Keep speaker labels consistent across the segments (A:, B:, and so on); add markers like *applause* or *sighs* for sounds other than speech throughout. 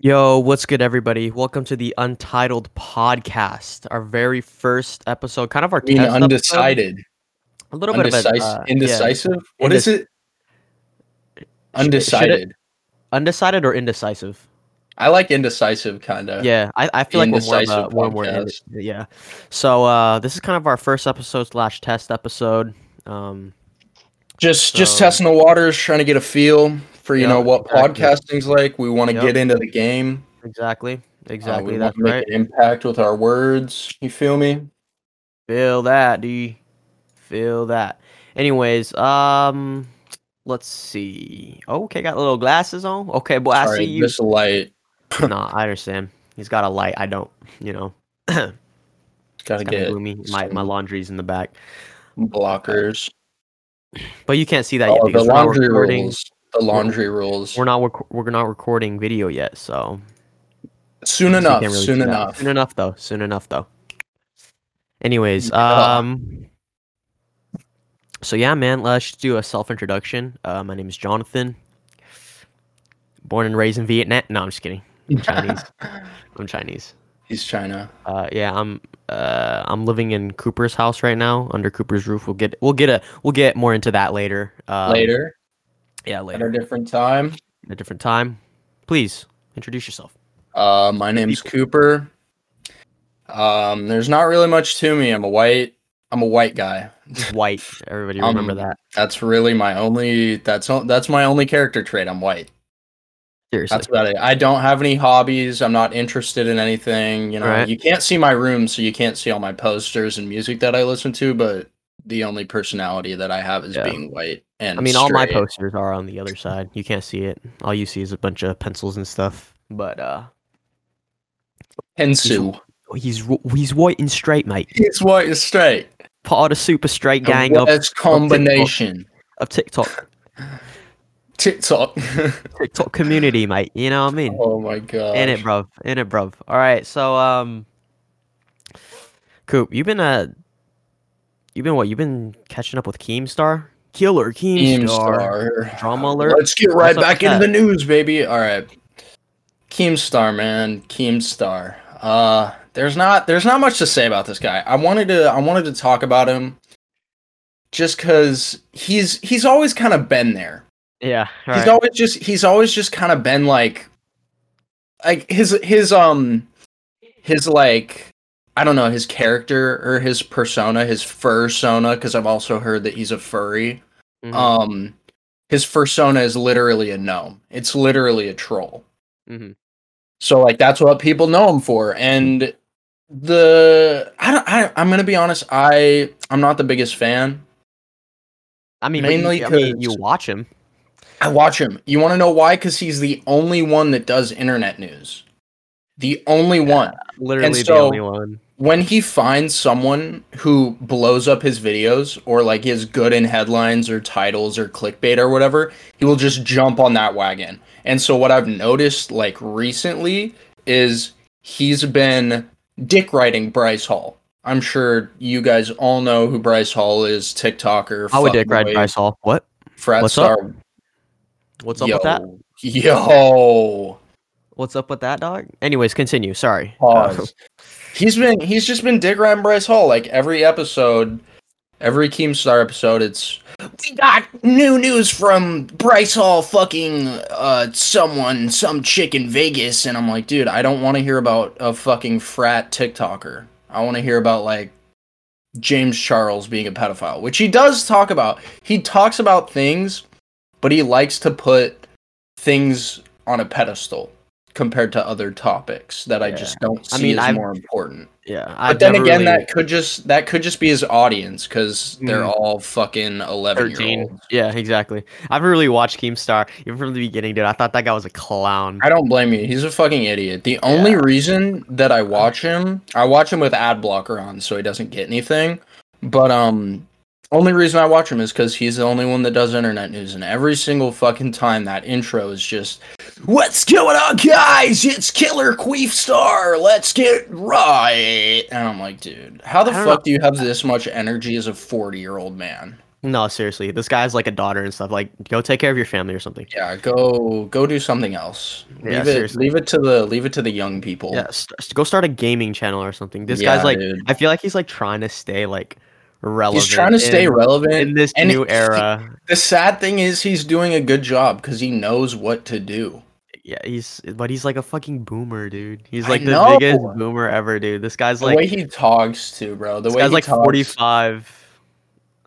A: Yo, what's good, everybody? Welcome to the Untitled Podcast, our very first episode, kind of our
B: I mean,
A: test episode.
B: undecided,
A: A little bit
B: undecis-
A: of a, uh, yeah.
B: indecisive. What is
A: Indec-
B: it? Undecided.
A: undecided or indecisive.
B: I like indecisive kind of.
A: Yeah, I, I feel like we're more of a,
B: Indecisive
A: we're more in-
B: podcast.
A: yeah. So uh, this is kind of our first episode slash test episode. Um,
B: Just just
A: So-
B: testing the waters, trying to get a feel for you
A: Yeah,
B: know what
A: exactly.
B: podcasting's like. We want to
A: Yep.
B: get into the game.
A: exactly,
B: Uh,
A: exactly.
B: we
A: that's
B: wanna make
A: right.
B: an impact with our words. You feel me?
A: Feel that, D. Feel that. Anyways, um, let's see. Okay, got little glasses on. Okay, boy, I see
B: Sorry,
A: you.
B: this light.
A: no, I understand. He's got a light. I don't. You know,
B: Gotta
A: it's kind of
B: get
A: gloomy. My my
B: some-
A: laundry's in the back,
B: blockers.
A: but you can't see that yet
B: Oh, the
A: because we're not
B: laundry
A: recording.
B: rules. The laundry rules.
A: We're not rec- we're not recording video yet, so so
B: Soon
A: you
B: enough.
A: can't really
B: soon
A: see that.
B: enough.
A: Soon enough, though. Soon enough, though. Anyways,
B: Yeah.
A: um, so yeah, man, let's do a self introduction. Uh, my name is Jonathan. Born and raised in Vietnam. No, I'm just kidding.
B: *laughs*
A: Chinese. I'm Chinese.
B: He's China.
A: Uh, yeah, I'm. Uh, I'm living in Cooper's house right now under Cooper's roof. We'll get we'll get a we'll get more into that later. Um,
B: later,
A: Yeah,
B: at a
A: later.
B: different time.
A: At a different time. Please introduce yourself.
B: Uh, my name's Cooper. Um, there's not really much to me. I'm a white. I'm a white guy.
A: White. Everybody remember
B: Um,
A: that.
B: That's really my only. That's o- that's my only character trait. I'm white.
A: Seriously.
B: That's about it. I don't have any hobbies. I'm not interested in anything. You know,
A: Right.
B: you can't see my room, so you can't see all my posters and music that I listen to. But the only personality that I have is
A: Yeah.
B: being white. And
A: I mean, all my
B: straight.
A: posters are on the other side. You can't see it. All you see is a bunch of pencils and stuff. But uh,
B: Hensu.
A: he's wh- he's white and straight, mate.
B: He's white and straight.
A: Part of the super straight gang of,
B: That's combination.
A: of TikTok
B: TikTok. *laughs*
A: TikTok community, mate. You know what I mean?
B: oh my god.
A: In it, bruv. In it, bruv. All right. So, um, Coop, you've been uh, you've been what? You've been catching up with Keemstar, Killer Keemstar,
B: Keemstar.
A: Drama alert.
B: Let's get right
A: What's up
B: back
A: with
B: into
A: that?
B: the news, baby. All right. Keemstar, man. Keemstar. Uh there's not there's not much to say about this guy. I wanted to I wanted to talk about him just cuz he's he's always kind of been there.
A: Yeah. All
B: He's
A: right.
B: always just he's always just kind of been like like his his um his like I don't know, his character or his persona, his fursona cuz I've also heard that he's a furry.
A: Mhm,
B: um his persona is literally a gnome it's literally a troll
A: mhm.
B: so like that's what people know him for and the i don't I, i'm gonna be honest i i'm not the biggest fan
A: I mean, but you-
B: mainly
A: I mean,
B: 'cause-
A: you watch him.
B: i watch him you want to know why because he's the only one that does internet news the only one
A: Literally the
B: so-
A: only one.
B: when he finds someone who blows up his videos or like is good in headlines or titles or clickbait or whatever, he will just jump on that wagon. And so what I've noticed like recently is he's been dick riding Bryce Hall. I'm sure you guys all know who Bryce Hall is, TikToker,
A: I would dick ride
B: fuckboy,
A: Bryce Hall. What?
B: frat
A: What's
B: star.
A: What's up with that?
B: Yo.
A: What's up with that, dog? Anyways, continue. Sorry. Uh, *laughs*
B: Pause. he's been he's just been dick riding Bryce Hall like every episode, every Keemstar episode. It's we got new news from Bryce Hall fucking uh someone some chick in Vegas, and I'm like, dude, I don't want to hear about a fucking frat TikToker. I want to hear about like James Charles being a pedophile, which he does talk about. He talks about things, but he likes to put things on a pedestal compared to other topics that I
A: Yeah.
B: just don't see
A: I mean,
B: as
A: I've-
B: more important.
A: yeah.
B: But
A: I've
B: then
A: never
B: again,
A: really-
B: that could just that could just be his audience because they're
A: Mm.
B: all fucking eleven year olds.
A: Yeah, exactly. I've really watched Keemstar even from the beginning, dude. I thought that guy was a clown.
B: I don't blame you. He's a fucking idiot. The only reason that I watch him, I watch him with ad blocker on, so he doesn't get anything. But um, only reason I watch him is because he's the only one that does internet news, and every single fucking time that intro is just, "What's going on, guys? It's Killer Queef Star. Let's get right." And I'm like, dude, how the
A: I don't
B: fuck do you have this much energy as a forty year old man?
A: No, seriously, this guy has like a daughter and stuff. Like, go take care of your family or something.
B: Yeah, go go do something else.
A: Yeah,
B: leave it
A: seriously.
B: leave it to the leave it to the young people.
A: Yeah, st- go start a gaming channel or something. This
B: Yeah,
A: guy's like,
B: dude.
A: I feel like he's like trying to stay like relevant.
B: He's trying to stay
A: in,
B: relevant
A: in this
B: and
A: new
B: he-
A: era.
B: The sad thing is he's doing a good job cuz he knows what to do.
A: Yeah, he's but he's like a fucking boomer, dude. He's
B: I
A: like the
B: know.
A: biggest boomer ever, dude. This guy's
B: The
A: like,
B: way he talks too, bro. The
A: this
B: way
A: guy's
B: he
A: like
B: talks,
A: forty five.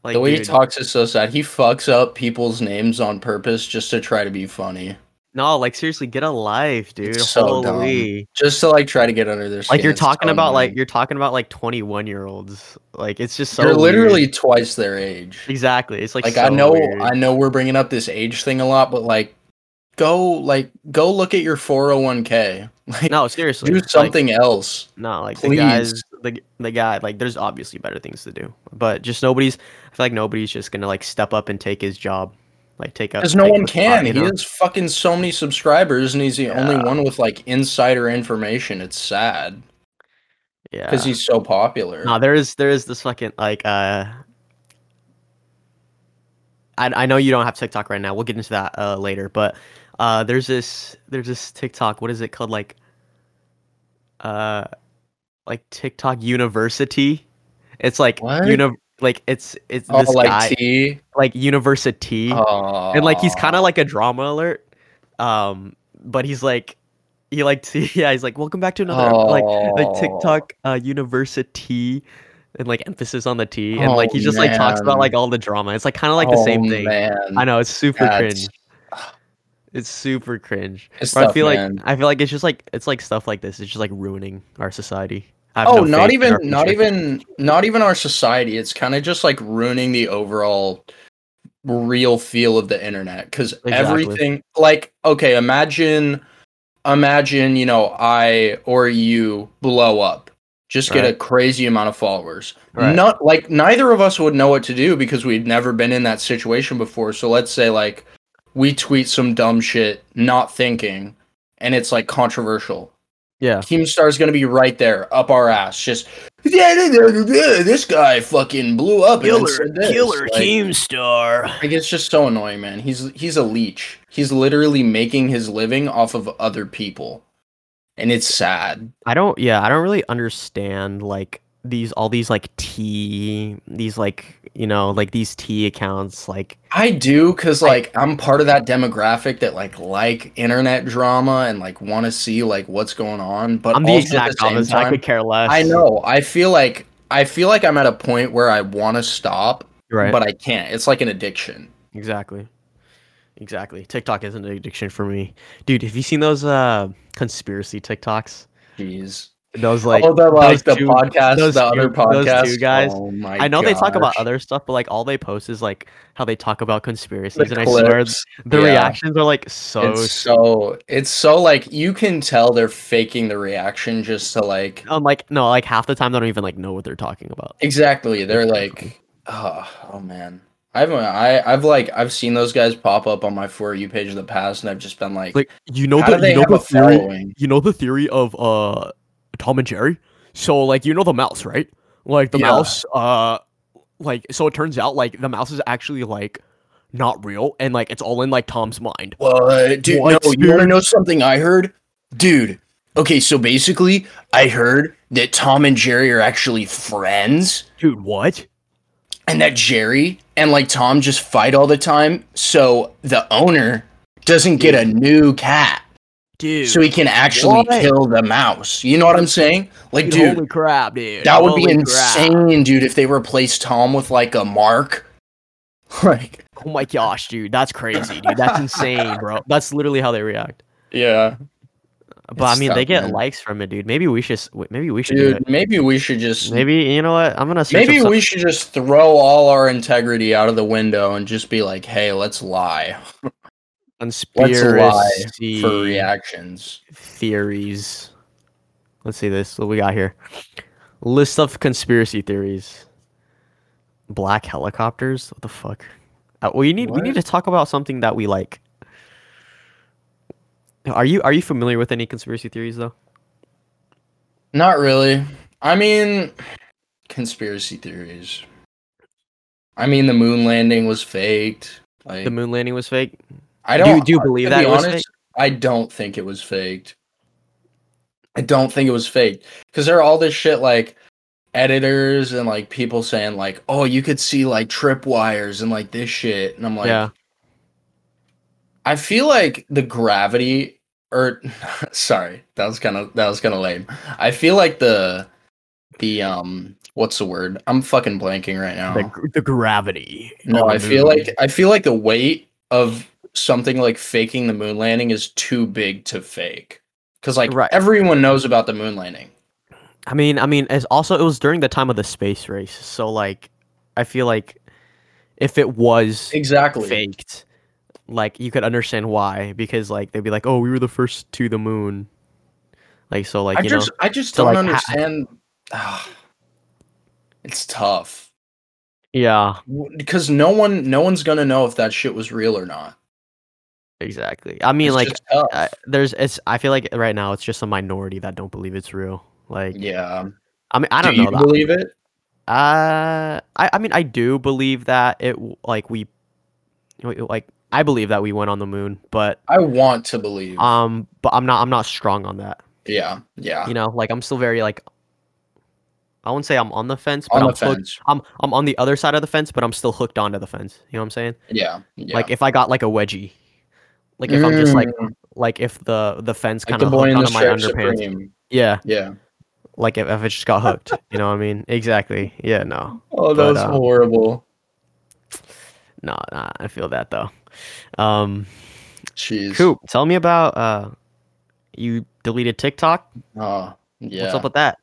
A: Like
B: the way he
A: dude,
B: talks is so sad. He fucks up people's names on purpose just to try to be funny.
A: No, like seriously, get a life, dude.
B: so dumb.
A: Holy.
B: Just to like try to get under their skin.
A: Like you're
B: It's so
A: talking about like
B: annoying.
A: you're talking about like 21 year olds. Like it's just so
B: you're literally
A: weird.
B: twice their age.
A: exactly. It's like
B: like I
A: so
B: know
A: weird.
B: I know we're bringing up this age thing a lot, but like go like go look at your 401k.
A: *laughs*
B: Like
A: no seriously
B: do
A: like,
B: something else.
A: no, like the
B: please.
A: guys, the the guy, like there's obviously better things to do, but just nobody's. I feel like nobody's just gonna like step up and take his job, like take up.
B: Because no
A: take
B: one
A: the spot,
B: can.
A: you
B: He
A: know?
B: has fucking so many subscribers and he's the only
A: Yeah.
B: one with like insider information. It's sad.
A: Yeah.
B: Because he's so popular.
A: No, there is there is this fucking like uh. I I know you don't have TikTok right now. We'll get into that uh later, but uh there's this there's this TikTok. What is it called? Like uh, like TikTok University. It's like
B: What?
A: uni- like it's it's
B: oh,
A: this
B: like
A: guy
B: T.
A: like university
B: Oh.
A: and like he's kind of like a drama alert um but he's like he like *laughs* yeah he's like welcome back to another ep- like like
B: Oh.
A: tiktok uh university and like emphasis on the t and like
B: Oh,
A: he just like talks about
B: man. Oh,
A: like all the drama it's like kind of like the same thing
B: Man.
A: i know it's super cringe
B: That's-
A: it's super cringe
B: It's
A: But i
B: tough,
A: feel like
B: man.
A: i feel like it's just like it's like stuff like this it's just like ruining our society I have
B: Oh,
A: no faith
B: not
A: in
B: even
A: our
B: not
A: future.
B: even not even our society. It's kind of just like ruining the overall real feel of the internet cuz
A: Exactly.
B: everything like okay, imagine imagine, you know, I or you blow up. Just get a
A: Right.
B: crazy amount of followers.
A: Right.
B: Not like neither of us would know what to do because we'd never been in that situation before. So let's say like we tweet some dumb shit not thinking and it's like controversial.
A: yeah
B: Keemstar's gonna be right there, up our ass. Just yeah, yeah, yeah, yeah, this guy fucking blew up. and then said this." Like,
A: keemstar
B: Like it's just so annoying, man. He's he's a leech. He's literally making his living off of other people, and it's sad.
A: I don't yeah, I don't really understand like these all these like tea these like you know like these tea accounts like
B: I do because like I'm part of that demographic that like like internet drama and like want to see like what's going on. But
A: I'm the
B: also
A: exact
B: at the same
A: opposite. I
B: time,
A: could care less.
B: I know. I feel like I feel like I'm at a point where I want to stop,
A: right?
B: but I can't. It's like an addiction.
A: exactly, exactly. TikTok is an addiction for me, dude. Have you seen those uh conspiracy TikToks?
B: Jeez.
A: Those like
B: oh, the like
A: those
B: the
A: two-
B: podcast,
A: those
B: the
A: two-
B: other
A: those two
B: podcast.
A: guys.
B: Oh my
A: I know they talk about
B: gosh.
A: other stuff, but like all they post is like how they talk about conspiracies,
B: The
A: and I swear th-
B: clips.
A: the
B: yeah.
A: reactions are like so.
B: it's so it's so like you can tell they're faking the reaction just to like
A: I'm like no, like half the time they don't even like know what they're talking about.
B: exactly. They're like, oh, oh man. I've I I've like I've seen those guys pop up on my for you page in the past, and I've just been like,
A: Like you know
B: how do
A: the
B: they
A: you know
B: have
A: the
B: a
A: theory
B: following?
A: you know the theory of uh Tom and Jerry? So like you know the mouse, right? Like the
B: Yeah.
A: mouse uh like so it turns out like the mouse is actually like not real and like it's all in like Tom's mind.
B: Well, uh, dude,
A: What,
B: no, you want to
A: dude?
B: know something I heard? Dude, okay, so basically, I heard that Tom and Jerry are actually friends
A: Dude, what?
B: and that Jerry and like Tom just fight all the time. So the owner doesn't get a new cat
A: Dude.
B: so he can actually
A: what?
B: kill the mouse. You know what I'm saying? Like, dude,
A: holy crap, dude.
B: that would be
A: Holy crap.
B: insane, dude, if they replaced Tom with like a mark. *laughs* Like,
A: Oh my gosh, dude. That's crazy, dude. That's insane, bro. That's literally how they react.
B: yeah,
A: But
B: It's
A: I mean, they
B: tough,
A: get
B: man.
A: likes from it, dude. Maybe we should s- wait, maybe we should do
B: dude,
A: it.
B: maybe we should just
A: Maybe you know what? I'm gonna search up
B: Maybe
A: some-
B: we should just throw all our integrity out of the window and just be like, "Hey, let's lie
A: conspiracy
B: for reactions."
A: theories. Let's see this. What we got here? List of conspiracy theories. Black helicopters. What the fuck? Uh, well, you need we need to talk about something that we like. Are you are you familiar with any conspiracy theories though?
B: Not really. I mean, conspiracy theories. I mean, the moon landing was faked. Like,
A: The moon landing was fake.
B: I
A: Do
B: don't. uh,
A: you, do you believe
B: to
A: that
B: be
A: it was
B: honest,
A: fake?
B: I don't think it was faked. I don't think it was faked because there are all this shit like editors and like people saying like, "Oh, you could see like tripwires and like this shit," and I'm like,
A: yeah.
B: I feel like the gravity or *laughs* sorry, that was kind of that was kind of lame. I feel like the the um what's the word? I'm fucking blanking right now.
A: The, the gravity.
B: no,
A: on
B: I
A: the
B: feel
A: moon.
B: like I feel like the weight of something like faking the moon landing is too big to fake. Cuz like
A: Right.
B: everyone knows about the moon landing.
A: I mean, I mean, as also it was during the time of the space race, so like, I feel like if it was
B: Exactly.
A: faked, like you could understand why, because like they'd be like, oh, we were the first to the moon, like so, like
B: I
A: you
B: just
A: know,
B: I just
A: so,
B: don't
A: like, ha-
B: understand. Ah, it's tough
A: yeah,
B: because no one no one's going to know if that shit was real or not.
A: exactly. I mean,
B: It's
A: like,
B: just tough.
A: I, there's, it's. I feel like right now it's just a minority that don't believe it's real. Like,
B: yeah.
A: I mean, I don't
B: Do
A: know.
B: you
A: That.
B: believe it?
A: uh, I, I mean, I do believe that it, w- like we, like I believe that we went on the moon, but
B: I want to believe.
A: um but i'm not i'm not strong on that
B: yeah, yeah.
A: you know like i'm still very like i wouldn't say i'm on the fence but
B: on
A: i'm
B: the
A: hooked-
B: fence.
A: i'm i'm on the other side of the fence but i'm still hooked onto the fence you know what i'm saying
B: Yeah, yeah. Mm.
A: like if i got like a wedgie like if i'm just like like if the the fence
B: like
A: kind
B: the
A: of
B: boy
A: hooked
B: in the
A: onto my
B: striped
A: underpants
B: supreme.
A: yeah
B: Yeah.
A: like if, if it just got hooked you know what i mean exactly yeah no
B: Oh, that
A: But,
B: was
A: uh,
B: horrible.
A: no nah, i feel that though um
B: Jeez.
A: coop tell me about uh you deleted tiktok
B: Oh, yeah.
A: what's up with that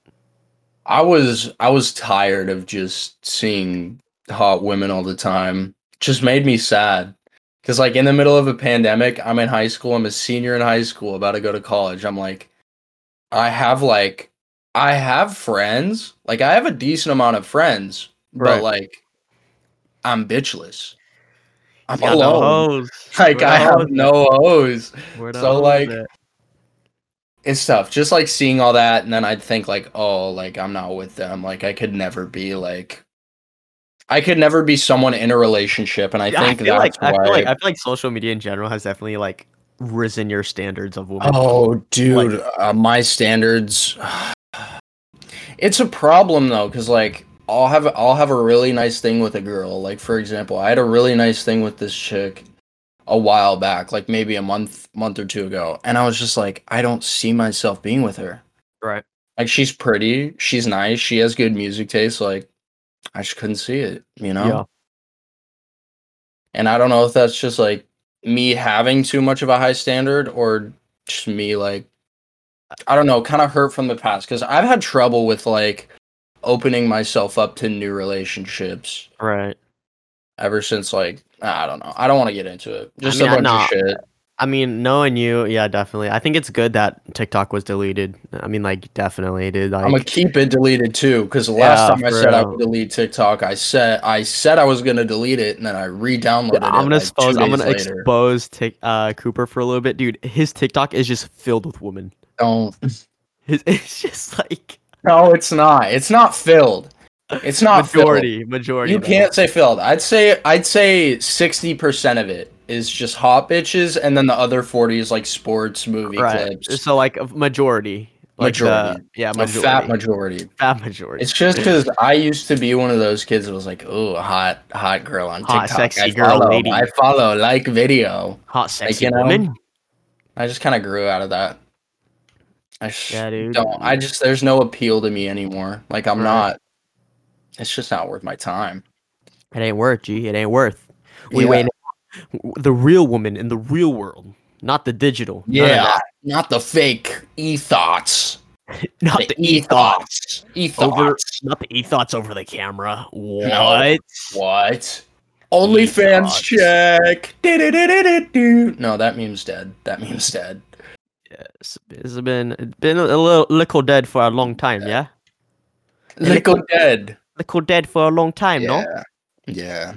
B: I was I was tired of just seeing hot women all the time. Just made me sad. Cause like in the middle of a pandemic, I'm in high school, I'm a senior in high school, about to go to college. I'm like, I have like I have friends. Like I have a decent amount of friends,
A: Right.
B: but like I'm bitchless. I'm
A: You got no
B: alone.
A: hoes.
B: like
A: Where
B: I
A: the
B: have
A: hoes
B: no hoes
A: Where the
B: So,
A: hell
B: like,
A: is it?
B: it's tough just like seeing all that and then i'd think like oh like i'm not with them like i could never be like i could never be someone in a relationship and i
A: Yeah,
B: think
A: feel like
B: that's
A: I
B: why
A: feel like I feel like social media in general has definitely like risen your standards of women.
B: oh dude uh, my standards *sighs* it's a problem though because like i'll have i'll have a really nice thing with a girl like for example i had a really nice thing with this chick a while back like maybe a month month or two ago and i was just like i don't see myself being with her
A: right.
B: like she's pretty, she's nice, she has good music taste. Like I just couldn't see it, you know.
A: Yeah.
B: And I don't know if that's just like me having too much of a high standard or just me like I don't know, kind of hurt from the past because I've had trouble with like opening myself up to new relationships
A: Right.
B: ever since like I don't know. I don't want to get into it. Just
A: mean, I
B: a bunch
A: know.
B: of shit.
A: I mean, knowing you, yeah, definitely. I think it's good that TikTok was deleted. I mean, like, definitely, dude. Like,
B: I'm gonna keep it deleted too, because the last
A: Yeah,
B: time I said I
A: bro.
B: would delete TikTok, I said I said I was gonna delete it, and then I re-downloaded it.
A: I'm gonna
B: like,
A: expose.
B: two
A: I'm
B: days
A: gonna
B: later.
A: expose Tik uh, Cooper for a little bit, dude. His TikTok is just filled with women.
B: Don't.
A: His, *laughs* it's just like
B: No, it's not. It's not filled. It's not
A: majority, majority.
B: Filled. You
A: though.
B: can't say filled. I'd say I'd say sixty percent of it is just hot bitches, and then the other forty is like sports, movie
A: Right.
B: clips,
A: So like a majority. Like the-
B: Majority.
A: yeah,
B: a
A: majority.
B: fat majority.
A: Fat majority.
B: It's just because I used to be one of those kids that was like, "Ooh, hot, hot girl on TikTok."
A: Hot, sexy
B: I
A: girl,
B: follow,
A: lady."
B: I follow, like video.
A: hot, sexy
B: you know,
A: woman.
B: I just kind of grew out of that. I just
A: Yeah, dude.
B: don't. I just there's no appeal to me anymore. Like I'm
A: Right.
B: not. It's just not worth my time.
A: It ain't worth, G. It ain't worth. We
B: Yeah.
A: waiting the real woman in the real world, not the digital. None of
B: Yeah,
A: that.
B: not the fake e thoughts.
A: not
B: The
A: the
B: e
A: ethos,
B: thoughts. E
A: over,
B: thoughts.
A: not the ethots over the camera. What?
B: What? OnlyFans
A: E-thoughts.
B: check. Do-do-do-do-do-do. No, that meme's dead. That meme's dead.
A: It's, it's been it's been a little little dead for a long time. Yeah,
B: Lickle dead.
A: little dead for a long time. No.
B: Yeah. Yeah.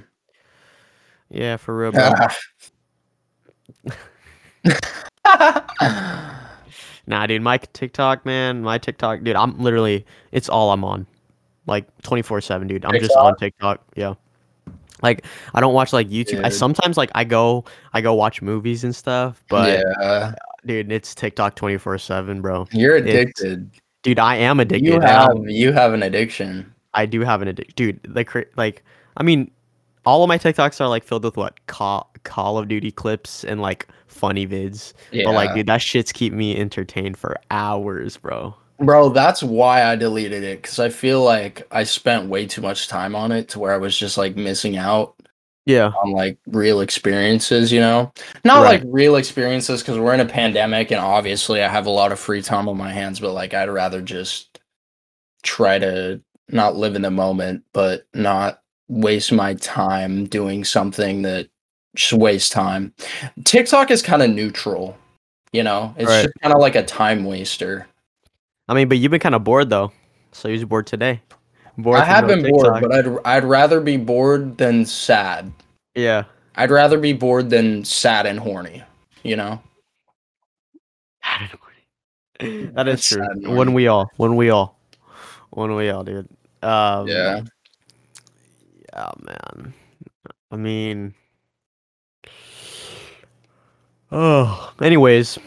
A: Yeah, for real. Bro.
B: *laughs*
A: nah, dude. My TikTok, man. My TikTok, dude. I'm literally. It's all I'm on. Like 24 seven, dude. I'm just on TikTok. Yeah. Like I don't watch like YouTube. I
B: Dude.
A: sometimes like I go I go watch movies and stuff, *laughs* but
B: yeah,
A: dude, it's TikTok 24/7, bro.
B: you're
A: it's
B: addicted.
A: Dude, I am addicted.
B: You
A: I
B: have
A: don't-
B: you have an addiction.
A: I do have an addiction. Dude, like cra- like I mean all of my TikToks are like filled with what Call, Call of Duty clips and like funny vids.
B: Yeah,
A: But like dude, that shit's keep me entertained for hours, bro.
B: bro, that's why I deleted it because I feel like I spent way too much time on it to where I was just like missing out
A: Yeah.
B: on like real experiences, you know? Not
A: Right.
B: like real experiences because we're in a pandemic and obviously I have a lot of free time on my hands, but like I'd rather just try to not live in the moment, but not waste my time doing something that just waste time. TikTok is kind of neutral, you know? It's
A: Right.
B: just kind of like a time waster.
A: I mean, but you've been kind of bored though. So you was bored today. Bored
B: I
A: from
B: have
A: no
B: been
A: TikTok.
B: bored, but I'd I'd rather be bored than sad.
A: yeah.
B: I'd rather be bored than sad and horny, you know?
A: *laughs* that is
B: That's
A: true.
B: sad,
A: When we all, when we all, when we all, dude. Um,
B: Yeah.
A: Yeah, man. I mean, oh. Anyways,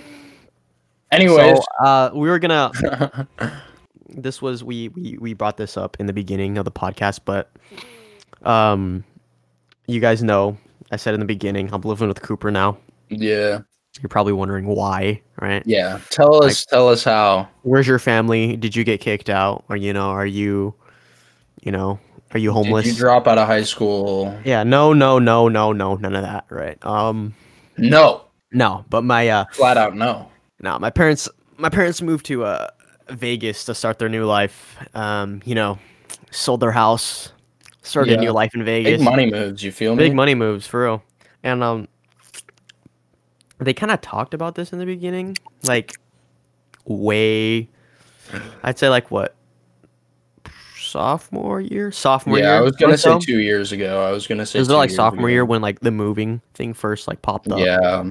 A: *laughs*
B: Anyways,
A: so uh, we were gonna. This was we we we brought this up in the beginning of the podcast, but um, you guys know I said in the beginning I'm living with Cooper now.
B: yeah,
A: You're probably wondering why, right?
B: yeah. Tell us, tell us how.
A: where's your family? Did you get kicked out? Or you know, are you, you know, are you homeless?
B: Did you drop out of high school?
A: yeah, no, no, no, no, no, none of that, right? Um,
B: No,
A: no, but my uh,
B: flat out no.
A: no, my parents, my parents moved to uh Vegas to start their new life. Um, you know, sold their house, started
B: Yeah.
A: a new life in Vegas.
B: Big money moves. You feel me?
A: Big money moves for real. And um they kind of talked about this in the beginning, like way I'd say like what sophomore year, sophomore year.
B: yeah, I was gonna
A: or
B: say
A: so?
B: two years ago. I was gonna say.
A: It was
B: two
A: like
B: years
A: sophomore
B: ago.
A: year when like the moving thing first like popped up.
B: Yeah.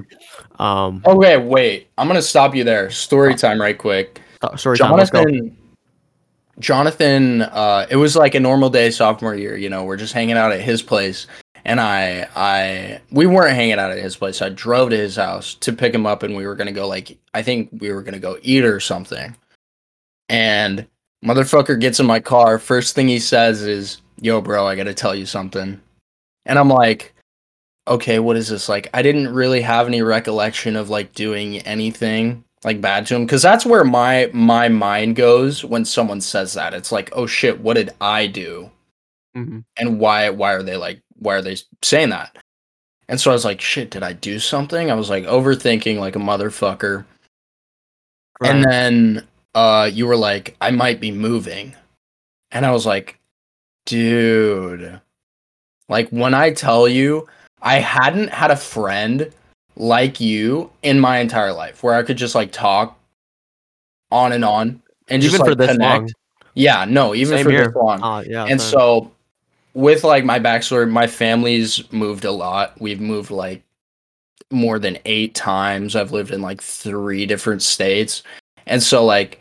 A: Um.
B: Okay, wait. I'm gonna stop you there. Story time, right quick.
A: th- Sorry, Tom, let's go.
B: Oh, Jonathan. Jonathan, uh, it was like a normal day sophomore year. You know, we're just hanging out at his place, and I, I, we weren't hanging out at his place. I drove to his house to pick him up, and we were gonna go like I think we were gonna go eat or something. And motherfucker gets in my car. First thing he says is, "Yo, bro, I gotta tell you something," and I'm like. Okay, what is this like? I didn't really have any recollection of like doing anything like bad to him because that's where my my mind goes when someone says that it's like oh shit what did i do
A: Mhm.
B: and why why are they like why are they saying that and so i was like shit did i do something i was like overthinking like a motherfucker and
A: Right.
B: then uh you were like i might be moving and i was like dude like when i tell you i hadn't had a friend like you in my entire life where i could just like talk on and on and just
A: even
B: like
A: for this
B: connect yeah no even
A: Same
B: for
A: here.
B: this long
A: long. Oh yeah.
B: and
A: same.
B: so with like my backstory my family's moved a lot we've moved like more than eight times i've lived in like three different states and so like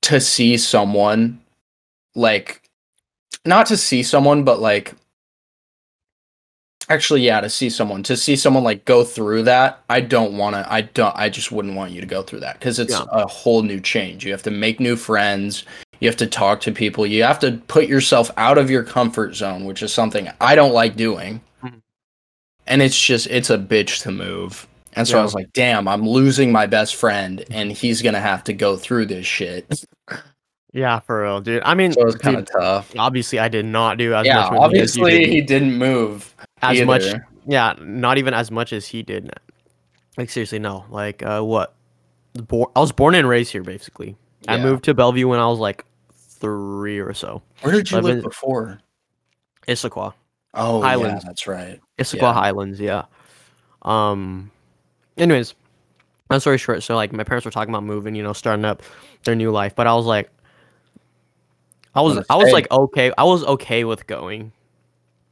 B: to see someone like not to see someone but like actually yeah to see someone to see someone like go through that i don't want to i don't i just wouldn't want you to go through that because it's
A: Yeah.
B: a whole new change you have to make new friends you have to talk to people you have to put yourself out of your comfort zone which is something i don't like doing
A: Mhm.
B: and it's just it's a bitch to move and so i
A: Yeah.
B: was like damn i'm losing my best friend and he's gonna have to go through this shit
A: yeah, for real, dude. I mean,
B: so it was kind
A: *laughs*
B: of
A: dude,
B: tough
A: obviously I did not do as
B: yeah
A: much. moving as you
B: obviously
A: did.
B: he didn't move
A: as much
B: either.
A: yeah not even as much as he did like seriously no like uh what Bor- i was born and raised here basically i
B: Yeah.
A: moved to bellevue when i was like three or so
B: where did you
A: I've
B: live
A: been-
B: before
A: issaquah
B: oh
A: Highlands.
B: yeah that's right
A: issaquah
B: Yeah.
A: highlands yeah um anyways i'm sorry short so like my parents were talking about moving you know starting up their new life but i was like i was
B: Wanna
A: i was
B: stay.
A: like okay i was okay with going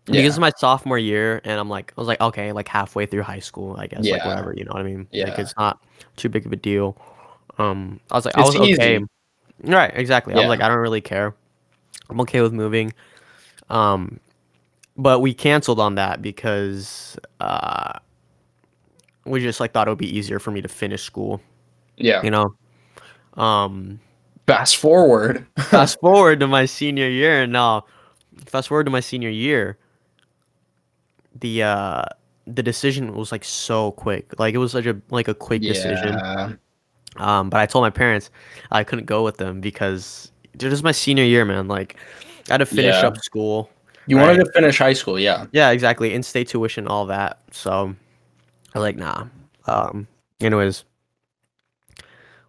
B: yeah
A: because it's my sophomore year and i'm like i was like okay like halfway through high school i guess like
B: Yeah.
A: whatever you know what i mean like
B: Yeah.
A: it's not too big of a deal um i was like i
B: It's
A: was okay
B: easy.
A: right exactly i
B: Yeah.
A: was like i don't really care i'm okay with moving um but we canceled on that because uh, we just like thought it would be easier for me to finish school.
B: Yeah.
A: You know,
B: *laughs*
A: um,
B: Fast forward.
A: fast forward to my senior year, and now fast forward to my senior year, the uh, the decision was like so quick. Like it was such a like a quick *laughs* decision.
B: Yeah.
A: Um, but I told my parents I couldn't go with them because dude, this is my senior year, man. Like I had to finish
B: Yeah.
A: up school.
B: You wanted
A: Right.
B: to finish high school, yeah.
A: Yeah, exactly. In state tuition, all that. So I was like, nah. Um, anyways,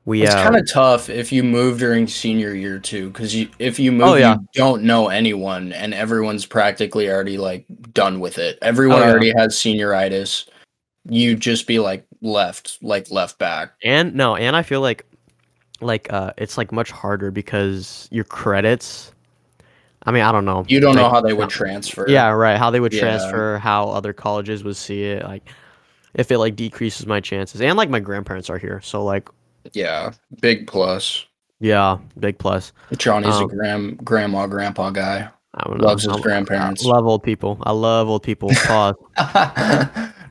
A: we
B: It's
A: uh,
B: kind of tough if you move during senior year too, because you, if you move,
A: Oh, yeah.
B: you don't know anyone, and everyone's practically already like done with it. Everyone
A: Oh, yeah.
B: already has senioritis. You just be like left, like left back.
A: and no, and I feel like like uh, it's like much harder because your credits. I mean, I don't know.
B: You don't know
A: Like,
B: how they would
A: uh,
B: transfer.
A: Yeah, right. How they would
B: Yeah.
A: transfer, how other colleges would see it, like if it like decreases my chances, and like my grandparents are here, so like
B: yeah. Big plus.
A: yeah, big plus.
B: Johnny's
A: Um,
B: a gram, grandma, grandpa guy.
A: I don't know.
B: Loves his
A: I'm-
B: grandparents.
A: I love old people. I love old people.
B: *laughs*
A: Pause.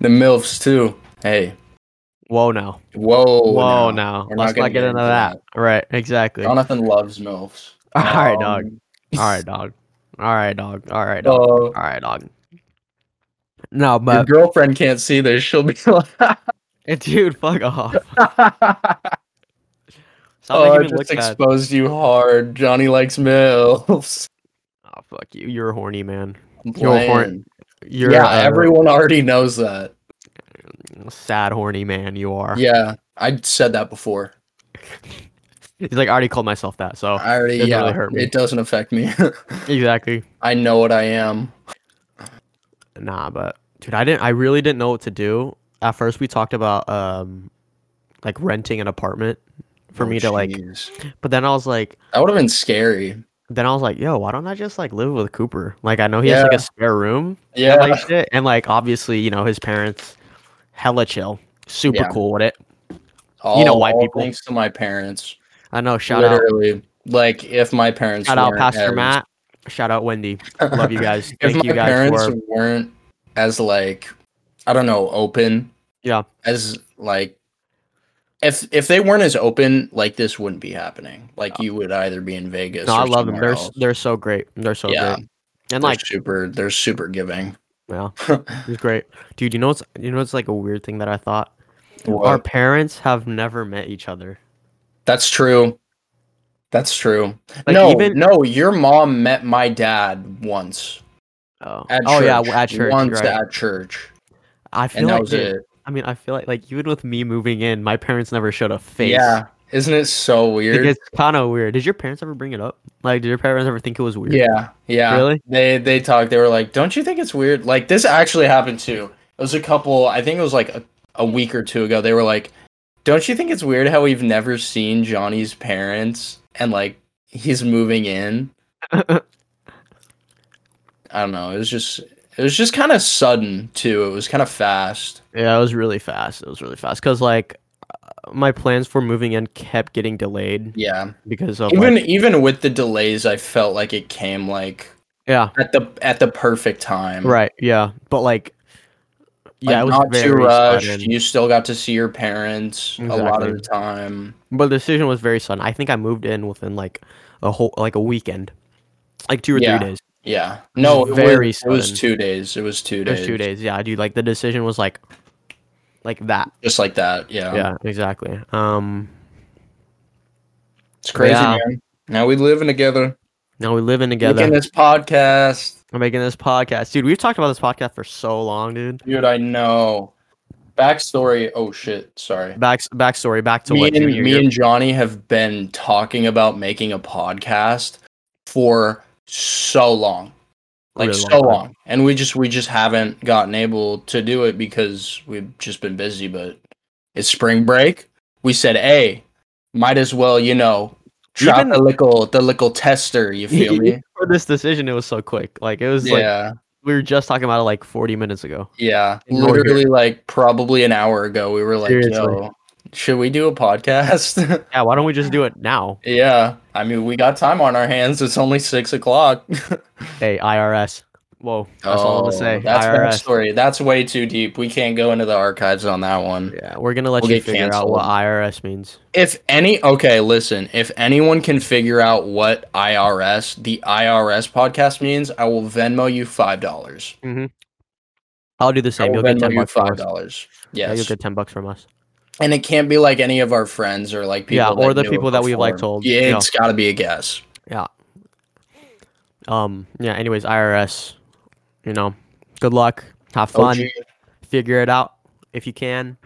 B: the milfs too. Hey,
A: Whoa now.
B: whoa,
A: Whoa
B: now.
A: now.
B: We're
A: Let's
B: gonna
A: not get into that. Right. Exactly. All
B: Jonathan
A: *laughs*
B: loves milfs.
A: right, dog.
B: Um,
A: All right, dog. All right, dog. All right, dog.
B: *laughs* So
A: All right, dog. No,
B: your
A: but
B: girlfriend can't see this. She'll be *laughs* like,
A: *laughs* dude, fuck off. Stop
B: "Oh, I
A: making me look
B: just
A: bad.
B: exposed you hard." Johnny likes milfs. *laughs*
A: Oh, fuck you. You're horny, man.
B: I'm
A: You're a horn-
B: playing.
A: You're uh,
B: yeah,
A: a
B: everyone already knows that.
A: sad horny man. You are.
B: Yeah, I said that before.
A: He's like, I already called myself that.
B: *laughs*
A: So
B: I already.
A: doesn't
B: yeah,
A: Oh, really hurt me.
B: it doesn't affect me. *laughs*
A: exactly.
B: I know what I am.
A: Nah, but dude, I didn't. I really didn't know what to do. At first, we talked about um, like renting an apartment for
B: Oh,
A: me to like.
B: jeez.
A: But then I was like,
B: That would have been scary.
A: then I was like, yo, why don't I just like live with Cooper? Like, I know he has like a spare room.
B: Yeah,
A: And, like shit. And like, obviously, you know, his parents, hella chill, super
B: Yeah.
A: cool with it.
B: all,
A: you know white
B: all
A: people.
B: Thanks to my parents.
A: I know. Shout out,
B: Literally, like if my parents
A: shout out,
B: weren't
A: Pastor
B: as- *laughs*
A: Matt. Shout out, Wendy. Love you guys.
B: if
A: Thank
B: my
A: you guys
B: parents
A: for
B: weren't as like i don't know open
A: yeah.
B: as like if if they weren't as open like this wouldn't be happening like you would either be in vegas
A: No,
B: or
A: I love them.
B: somewhere
A: They're s-
B: else.
A: they're so great. They're so
B: Yeah.
A: great. And
B: They're
A: like,
B: super they're super giving
A: yeah,
B: *laughs*
A: it's great, dude. You know what's you know what's like a weird thing that I thought. Our
B: Well,
A: parents have never met each other.
B: that's true that's true
A: Like,
B: no
A: even-
B: no your mom met my dad once
A: Oh,
B: at
A: oh
B: church,
A: yeah, w- at church.
B: once
A: right.
B: at church
A: I
B: and
A: feel
B: that
A: like
B: was
A: dude,
B: it
A: I mean, I feel like like even with me moving in, my parents never showed a face.
B: yeah isn't it so
A: Like,
B: weird
A: it's kind of weird. Did your parents ever bring it up? Like, did your parents ever think it was weird?
B: Yeah, yeah.
A: Really?
B: They they talked. They were like, "Don't you think it's weird?" Like this actually happened too. It was a couple. I think it was like a, a week or two ago. They were like, "Don't you think it's weird how we've never seen Johnny's parents and like he's moving
A: *laughs*
B: in?" I don't know. It was just it was just kind of sudden too. It was kind of fast.
A: Yeah, it was really fast. It was really fast because like uh, my plans for moving in kept getting delayed
B: Yeah.
A: because of
B: Even
A: like,
B: even with the delays, I felt like it came like
A: yeah,
B: at the at the perfect time.
A: right, yeah. But like, yeah,
B: Like,
A: it was
B: not
A: very
B: too rushed.
A: sudden.
B: You still got to see your parents a lot of
A: Exactly.
B: the time.
A: But the decision was very sudden. I think I moved in within like a whole like a weekend, like two or
B: Yeah,
A: three days.
B: Yeah. No, it
A: very
B: was, it was
A: sudden.
B: two days. It was two
A: It was
B: days.
A: two days. Yeah, dude. Like the decision was like, like that.
B: Just like that. Yeah.
A: yeah, exactly. Um,
B: It's crazy,
A: Yeah.
B: man. Now we living together,
A: now we live in together.
B: making this podcast.
A: I'm making this podcast, dude. We've talked about this podcast for so long, dude.
B: Dude, I know. Backstory. Oh shit. Sorry.
A: Back backstory, back to
B: me
A: what
B: and,
A: junior
B: me
A: year.
B: and Johnny have been talking about making a podcast for so long. Like
A: Really long
B: so
A: time.
B: long. And we just we just haven't gotten able to do it because we've just been busy, but it's spring break. We said, "Hey, might as well, you know, try
A: Even-
B: the little the little
A: *laughs*
B: tester, you feel me?"
A: for this decision, it was so quick. Like it was like
B: yeah.
A: we were just talking about it like 40 minutes ago.
B: yeah.
A: Ignore here.
B: Literally like probably an hour ago we were like,
A: Seriously.
B: "Yo, should we do a podcast?" *laughs*
A: Yeah, why don't we just do it now?
B: *laughs* Yeah, I mean, we got time on our hands. It's only six o'clock.
A: Hey, IRS. Whoa, that's all I'm gonna
B: Oh,
A: say.
B: That's
A: IRS.
B: backstory. That's way too deep. We can't go into the archives on that one.
A: Yeah, we're gonna let
B: We'll
A: you
B: get
A: figure out what IRS means.
B: If any, okay, listen. If anyone can figure out what IRS, the IRS podcast means, I will Venmo you five dollars.
A: I'll do the
B: I
A: same.
B: will
A: You'll get
B: Venmo
A: ten
B: you
A: bucks
B: five
A: from us.
B: dollars.
A: Yeah, you'll
B: Yes,
A: get ten bucks from us.
B: and it can't be like any of our friends or like people.
A: Yeah, or
B: that
A: the
B: knew it
A: people that we've, like,
B: before.
A: told.
B: Yeah,
A: No.
B: it's got to be a guess.
A: Um. Yeah. Anyways, IRS. You know, good luck. Have fun.
B: OG.
A: Figure it out if you can.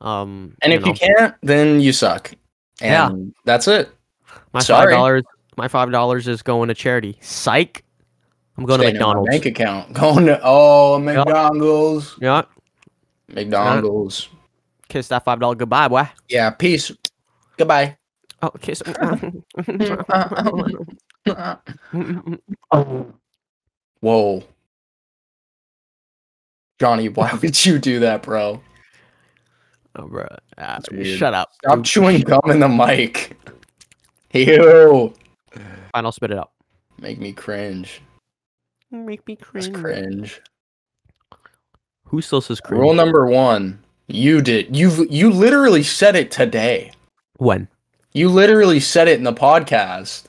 A: Um.
B: And if you
A: know,
B: can't, then you suck. And
A: Yeah.
B: that's it.
A: my five
B: sorry.
A: dollars, my five dollars is going to charity. Psych. I'm going to
B: Staying in my
A: McDonald's.
B: bank account. *laughs* Going to oh
A: Yep.
B: McDonald's.
A: Yeah.
B: McDonald's.
A: Kiss that five dollar goodbye, boy.
B: Yeah. Peace.
A: *laughs*
B: Goodbye.
A: Oh, kiss. Oh,
B: Oh. Whoa. Johnny, why *laughs* would you do that, bro?
A: Oh, bro. Ah,
B: That's weird.
A: shut up.
B: Stop
A: dude.
B: chewing gum in the mic. *laughs* Ew.
A: Fine, I'll spit it out.
B: Make me cringe.
A: Make me cringe.
B: That's cringe.
A: Who still says cringe?
B: Rule number one. You did. You've you literally said it today.
A: when?
B: You literally said it in the podcast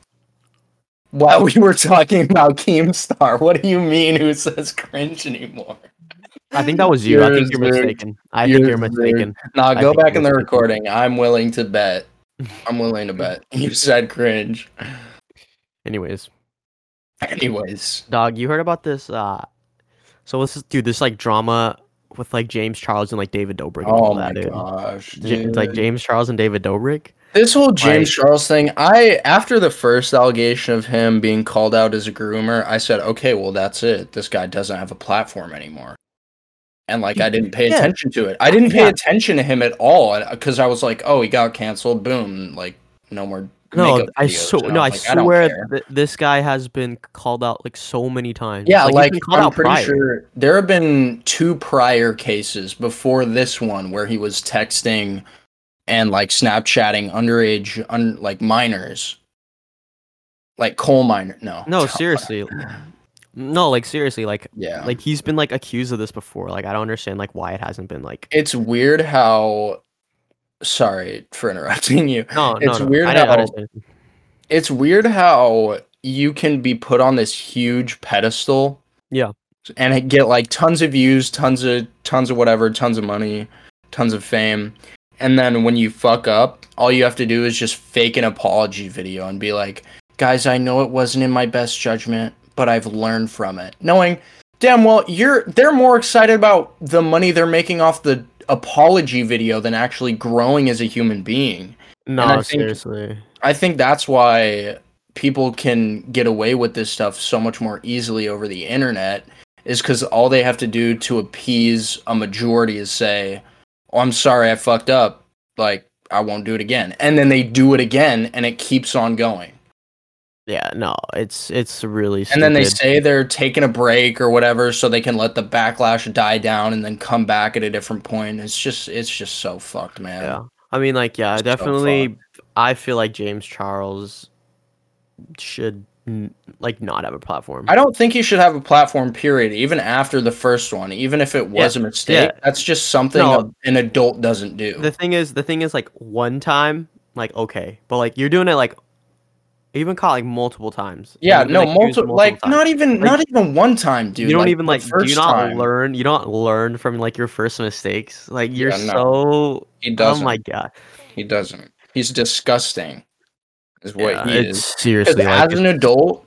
B: while we were talking about Keemstar. What do you mean who says cringe anymore?
A: I think that was you. I think
B: Yours,
A: you're
B: dude.
A: mistaken. I think you're
B: Yours, dude.
A: mistaken.
B: Nah,
A: I
B: go
A: think
B: back
A: it
B: in the
A: was-
B: recording. I'm willing to bet. I'm willing
A: *laughs*
B: to bet. You said cringe.
A: Anyways,
B: Anyways.
A: dog, you heard about this? uh So this is dude, this like drama with like James Charles and like David Dobrik. and
B: Oh
A: all that,
B: my
A: dude.
B: gosh.
A: J- it's like
B: dude.
A: James Charles and David Dobrik.
B: This whole James Charles thing, I after the first allegation of him being called out as a groomer, I said, okay, well that's it. This guy doesn't have a platform anymore. And like I didn't pay
A: Yeah.
B: attention to it. I didn't pay
A: Yeah.
B: attention to him at all because I was like, oh, he got canceled. Boom, like no more.
A: No,
B: makeup
A: I
B: videos.
A: so
B: And
A: no, I
B: I'm like, don't
A: swear
B: care.
A: th- this guy has been called out like so many times.
B: Yeah,
A: he's
B: like,
A: been called
B: I'm
A: out
B: pretty
A: prior.
B: sure there have been two prior cases before this one where he was texting and like Snapchatting underage, un, like minors, like coal miner. No, *laughs*
A: No, seriously. No, like seriously, like
B: yeah,
A: like he's been like accused of this before. Like I don't understand like why it hasn't been like
B: it's weird how. Sorry for interrupting you.
A: no,
B: It's
A: no, no.
B: weird
A: I didn't
B: how-
A: understand.
B: It's weird how you can be put on this huge pedestal.
A: Yeah.
B: And it get like tons of views, tons of tons of whatever, tons of money, tons of fame. And then when you fuck up, all you have to do is just fake an apology video and be like, "Guys, I know it wasn't in my best judgment, but I've learned from it." Knowing damn well you're they're more excited about the money they're making off the apology video than actually growing as a human being. I
A: No,
B: think-
A: seriously.
B: I think that's why people can get away with this stuff so much more easily over the internet is because all they have to do to appease a majority is say, oh, I'm sorry, I fucked up. Like, I won't do it again. And then they do it again and it keeps on going.
A: Yeah, no, it's it's really
B: And then they
A: stupid.
B: say they're taking a break or whatever so they can let the backlash die down and then come back at a different point. It's just, it's just so fucked, man.
A: Yeah. I mean, like, yeah,
B: So
A: definitely. I feel like James Charles should n- like not have a platform.
B: I don't think you should have a platform period, even after the first one, even if it was a mistake.
A: yeah.
B: That's just something
A: No.
B: a- an adult doesn't do.
A: the thing is, the thing is, like one time, like okay, but like you're doing it like even caught like multiple times. and
B: yeah,
A: you've been
B: no,
A: accused
B: multiple, like
A: times.
B: not even
A: Like,
B: not even one time, dude.
A: you don't
B: the
A: even like do you
B: first
A: not
B: time.
A: learn you don't learn from like your first mistakes like you're
B: Yeah,
A: so
B: He doesn't.
A: oh my god
B: He doesn't. He's disgusting. Is what
A: Yeah,
B: he
A: it's
B: is.
A: seriously
B: Because
A: like
B: as an adult,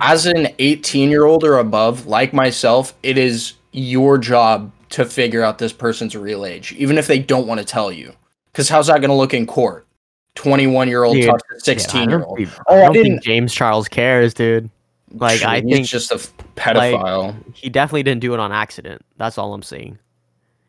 B: as an 18 year old or above, like myself, it is your job to figure out this person's real age, even if they don't want to tell you. Because how's that going to look in court? 21 year old
A: Dude,
B: talks to
A: yeah, I
B: 16 year
A: don't
B: old.
A: think-
B: Oh, I
A: I don't think
B: didn't-
A: James Charles cares dude like I
B: he's
A: think
B: just a f- pedophile.
A: he definitely didn't do it on accident that's all I'm saying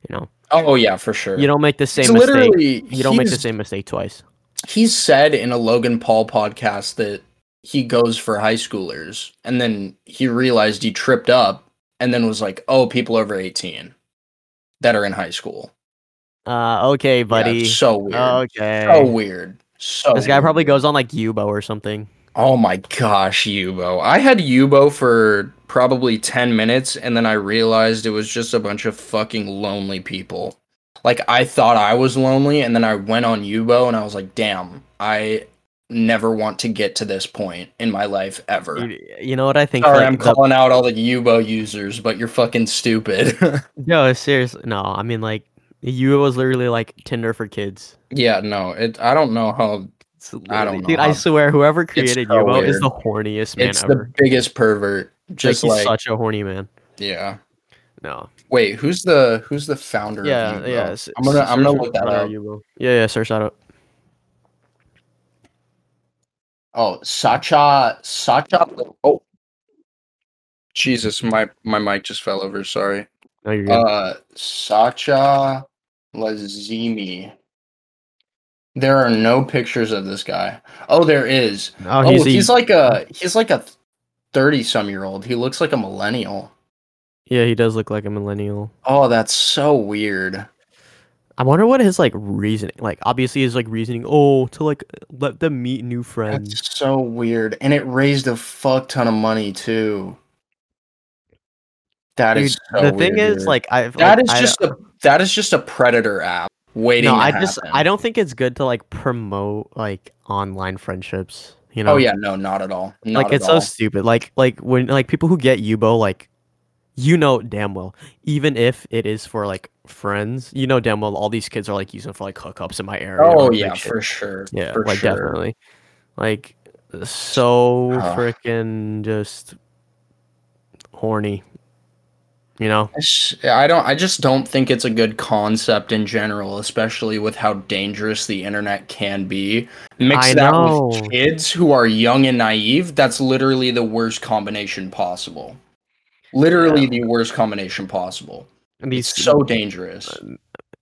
A: you know
B: oh yeah, for sure.
A: you don't make the same
B: It's
A: mistake
B: literally
A: you don't make the
B: he's-
A: same mistake twice
B: He said in a Logan Paul podcast that he goes for high schoolers, and then he realized he tripped up, and then was like, "Oh, people over eighteen that are in high school."
A: uh okay
B: Yeah,
A: buddy Oh,
B: it's so weird.
A: okay
B: So weird. So
A: this guy
B: weird.
A: probably goes on like Yubo or something
B: Oh my gosh, Yubo! I had Yubo for probably 10 minutes and then I realized it was just a bunch of fucking lonely people. Like I thought I was lonely and then I went on Yubo and I was like, "Damn, I never want to get to this point in my life ever."
A: You, you know what I think?
B: Sorry,
A: like,
B: I'm
A: the-
B: calling out all the Yubo users, but you're fucking stupid. *laughs*
A: No, seriously. No, I mean like you was literally like Tinder for kids.
B: yeah, no. It I don't know how
A: It's
B: I don't
A: literally- Dude,
B: know.
A: I swear, whoever created
B: so
A: Yubo is
B: weird.
A: the horniest man
B: it's
A: ever.
B: the biggest pervert. Just
A: like,
B: like,
A: he's such a horny man.
B: yeah.
A: No.
B: Wait, who's the who's the founder
A: Yeah,
B: of Yubo?
A: yeah. s-
B: I'm gonna
A: s-
B: I'm gonna
A: search
B: look that
A: uh,
B: up.
A: Yubo. Yeah, yeah. Search that up.
B: Oh, Sacha, Sacha. Oh, Jesus, my my mic just fell over. Sorry.
A: No, you're good.
B: Uh, Sacha Lazimi. There are no pictures of this guy. Oh, there is.
A: oh,
B: Oh,
A: he's,
B: he's,
A: the-
B: like a he's like a thirty-some-year-old. He looks like a millennial.
A: yeah, he does look like a millennial.
B: Oh, that's so weird.
A: I wonder what his like reasoning. Like, obviously, his like reasoning. Oh, to like let them meet new friends.
B: That's so weird, and it raised a fuck ton of money too. That is
A: Dude,
B: so
A: the thing
B: weird,
A: is,
B: dude.
A: like, I've
B: That
A: like,
B: is
A: I-
B: just a that is just a predator app waiting.
A: no.
B: to
A: I just
B: happen.
A: I don't think it's good to like promote like online friendships. You know.
B: Oh yeah, no, not at all. Not
A: like it's
B: at all.
A: so stupid. Like like when like people who get Yubo like you know damn well even if it is for like friends, you know damn well all these kids are like using it for like hookups in my area. or,
B: oh
A: like,
B: yeah,
A: shit.
B: for sure.
A: yeah,
B: for
A: like
B: sure.
A: definitely, like so
B: Ah.
A: freaking just horny. You know,
B: It's- I don't. I just don't think it's a good concept in general, especially with how dangerous the internet can be. Mix
A: I
B: that
A: know.
B: with kids who are young and naive. That's literally the worst combination possible. Literally the worst combination possible.
A: And
B: It's
A: these
B: so dangerous.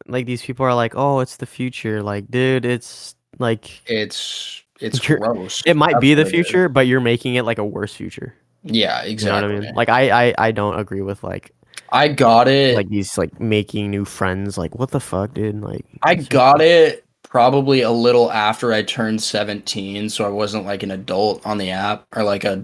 A: like these people are like, oh, it's the future. Like, dude, it's like
B: It's it's
A: You're-
B: gross.
A: it might
B: That's
A: be the
B: what it is.
A: future, but you're making it like a worse future.
B: Yeah,
A: You know what I
B: exactly.
A: mean? Like I, I I don't agree with like
B: I got it.
A: like these like making new friends. Like what the fuck, dude? Like
B: I
A: it's-
B: got it probably a little after I turned 17, so I wasn't like an adult on the app or like a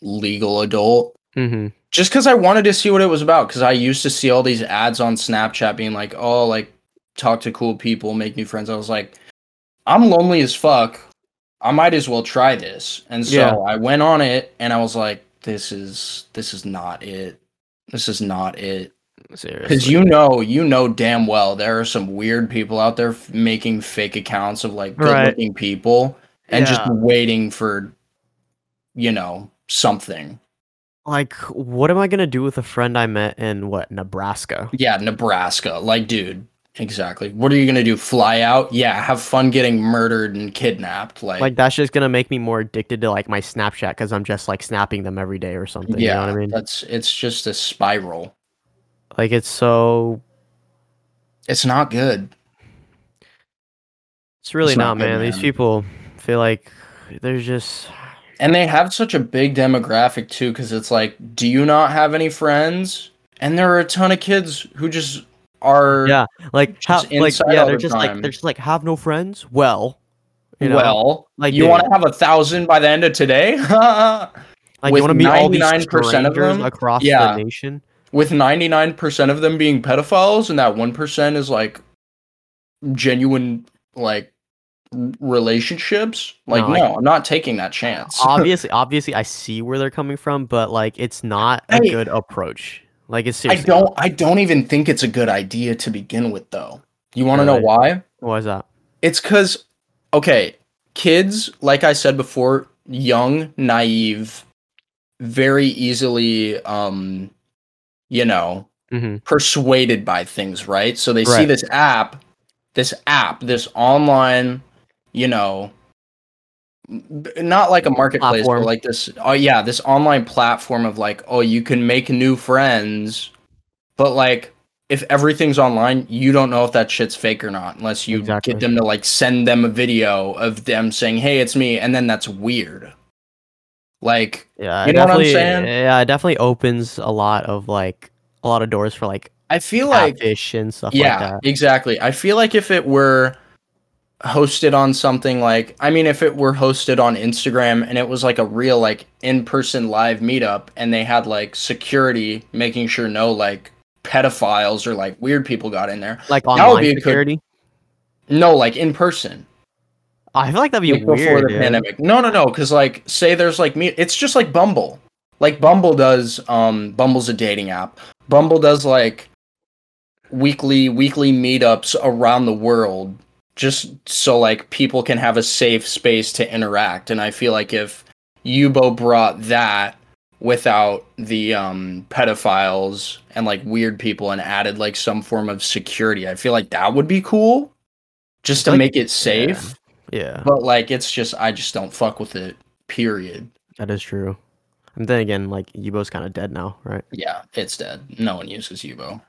B: legal adult.
A: Mhm.
B: Just because I wanted to see what it was about, because I used to see all these ads on Snapchat being like, oh, like talk to cool people, make new friends. I was like, I'm lonely as fuck. I might as well try this. And so
A: Yeah.
B: I went on it and I was like, this is this is not it. This is not it. Because
A: seriously.
B: you know, you know damn well there are some weird people out there f- making fake accounts of like
A: Right.
B: good-looking people and just
A: Yeah.
B: waiting for, you know, something.
A: like what am I gonna do with a friend I met in what Nebraska?
B: Yeah, Nebraska, like, dude, exactly. What are you gonna do? Fly out? Yeah, have fun getting murdered and kidnapped. Like,
A: Like that's just gonna make me more addicted to like my Snapchat because I'm just like snapping them every day or something.
B: yeah,
A: you know what I mean?
B: that's it's just a spiral.
A: Like it's so
B: It's not good.
A: it's really
B: It's
A: not,
B: not good,
A: man. These
B: man.
A: people feel like they're just
B: And they have such a big demographic too, because it's like, do you not have any friends? And there are a ton of kids who just are.
A: yeah, like how,
B: Just
A: like
B: inside
A: yeah,
B: all
A: they're
B: the
A: just like
B: time.
A: they're just like have no friends. Well, you know,
B: well,
A: like,
B: you
A: dude.
B: want to have a thousand by the end of today? *laughs*
A: like
B: with
A: you want to meet all these
B: 99% of
A: strangers
B: them?
A: across
B: Yeah.
A: the nation.
B: With 99% of them being pedophiles, and that 1% is like genuine, like r- relationships. Like,
A: No,
B: no,
A: like-
B: I'm not taking that *laughs* chance.
A: obviously, obviously, I see where they're coming from, but like, it's not a
B: Hey.
A: good approach. Like, it's
B: I
A: seriously.
B: don't. I don't even think it's a good idea to begin with, though. You want to know
A: Really?
B: why?
A: Why is that?
B: It's because, okay, kids, like I said before, young, naive, very easily, um, you know,
A: hmm
B: persuaded by things, right? So they see
A: Right.
B: this app, this app, this online, you know, b- not like a marketplace,
A: Platform.
B: but like this, oh yeah, this online platform of like, oh, you can make new friends, but like, if everything's online, you don't know if that shit's fake or not unless you
A: Exactly.
B: get them to like send them a video of them saying, "Hey, it's me," and then that's weird. Like,
A: Yeah,
B: You
A: it
B: know what I'm
A: definitely-
B: saying?
A: Yeah, it definitely opens a lot of like a lot of doors for like
B: I feel like
A: catfish and stuff
B: yeah
A: like that.
B: exactly i feel like if it were hosted on something like I mean if it were hosted on Instagram and it was like a real like in-person live meetup and they had like security making sure no like pedophiles or like weird people got in there.
A: Like
B: would
A: online
B: be a good-
A: security.
B: No, like in person.
A: I feel like that'd be
B: like, before
A: weird.
B: the
A: dude.
B: pandemic. No, no, no, cuz like say there's like me it's just like Bumble. Like Bumble does um Bumble's a dating app. Bumble does like weekly weekly meetups around the world just so like people can have a safe space to interact and i feel like if yubo brought that without the um pedophiles and like weird people and added like some form of security i feel like that would be cool just to
A: Like-
B: make it safe
A: Yeah,
B: but like it's just i just don't fuck with it period
A: that is true. And then again, like Yubo's kind of dead now, right?
B: yeah it's dead no one uses yubo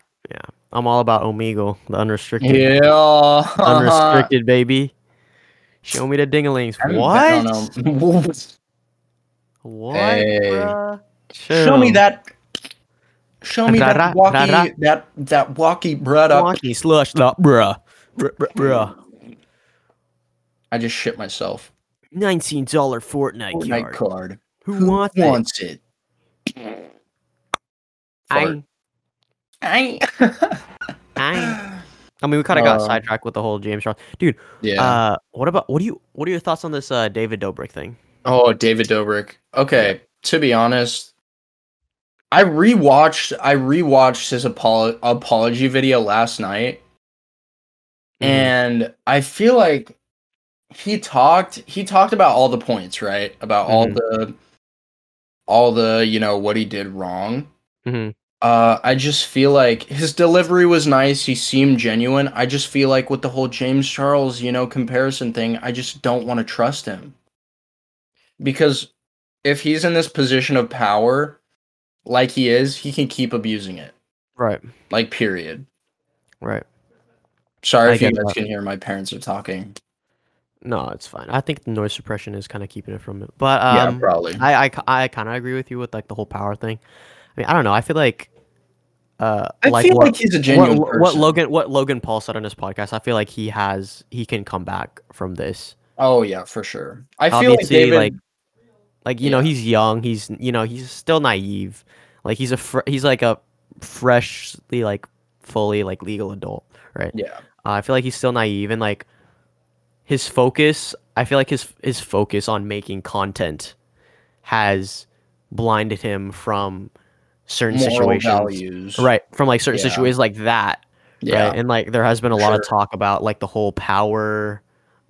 A: I'm all about Omegle, the unrestricted,
B: yeah *laughs*
A: unrestricted baby. Show me the dinglings.
B: I
A: What?
B: don't know. *laughs*
A: What?
B: Hey.
A: bruh?
B: Show me
A: Chill.
B: that. Show me
A: Ra- ra-
B: that walkie,
A: ra- ra.
B: that that walkie bread up.
A: Milwaukee slush up, bruh. Bruh, bruh, bruh.
B: I just shit myself.
A: Nineteen dollar Fortnite,
B: Night
A: card.
B: card.
A: Who wants it?
B: Wants it? Fart. I. *laughs*
A: I, I mean, we kind of got
B: Uh,
A: sidetracked with the whole James Ross, dude.
B: yeah.
A: Uh, what about what do you what are your thoughts on this uh David Dobrik thing?
B: oh, David Dobrik. Okay. To be honest, I rewatched. I rewatched his apolo- apology video last night,
A: Mm-hmm.
B: Mm-hmm. and I feel like he talked he talked about all the points, right? About all
A: Mhm.
B: the all the, you know, what he did wrong.
A: Mhm.
B: Uh I just feel like his delivery was nice, he seemed genuine. I just feel like with the whole James Charles, you know, comparison thing, I just don't want to trust him. Because if he's in this position of power like he is, he can keep abusing it.
A: right,
B: Like period.
A: right.
B: Sorry
A: I
B: if you
A: get
B: guys
A: that.
B: can hear my parents are talking.
A: No, it's fine. I think the noise suppression is kind of keeping it from it, but um,
B: yeah, probably.
A: I I, I kind of agree with you with like the whole power thing. I mean, I don't know. I feel like uh,
B: I
A: like
B: feel
A: what,
B: like he's a
A: what,
B: genuine
A: what
B: person.
A: Logan what Logan Paul said on his podcast. I feel like he has he can come back from this.
B: Oh yeah, for sure. I feel like
A: Obviously,
B: David.
A: like like you know
B: Yeah.
A: he's young. He's you know he's still naive. Like he's a fr- he's like a freshly like fully like legal adult, right?
B: yeah,
A: Uh, I feel like he's still naive and like his focus. I feel like his his focus on making content has blinded him from certain
B: moral
A: situations,
B: values.
A: right? From like certain
B: Yeah.
A: situations like that,
B: Yeah.
A: right? And like there has been a lot of
B: Sure.
A: talk about like the whole power,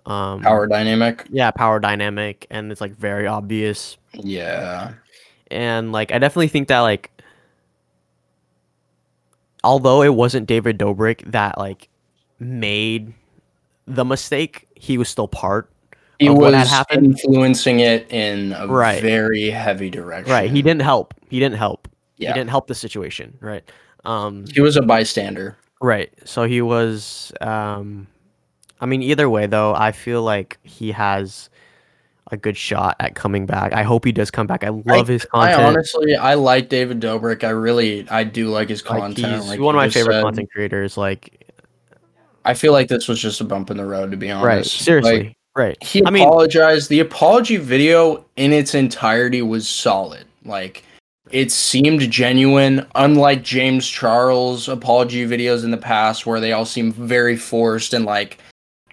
A: um,
B: Power dynamic.
A: yeah, power dynamic, and it's like very obvious.
B: Yeah.
A: And like I definitely think that like, although it wasn't David Dobrik that like made the mistake, he was still part
B: He
A: Of what
B: was
A: had happened?
B: influencing it in a
A: Right.
B: very heavy direction.
A: Right. He didn't help. He didn't help.
B: Yeah.
A: He didn't help the situation. Right. Um,
B: He was a bystander.
A: right. So he was. Um, I mean, either way, though, I feel like he has a good shot at coming back. I hope he does come back. I love his content.
B: I honestly, I like David Dobrik. I really, I do like his
A: Like,
B: content.
A: he's
B: like
A: one of
B: you
A: my
B: just
A: favorite
B: said.
A: content creators. Like,
B: I feel like this was just a bump in the road, to be honest.
A: right? Seriously,
B: Like,
A: right?
B: he
A: I mean,
B: apologized. the apology video in its entirety was solid. Like it seemed genuine, unlike James Charles apology videos in the past where they all seem very forced and like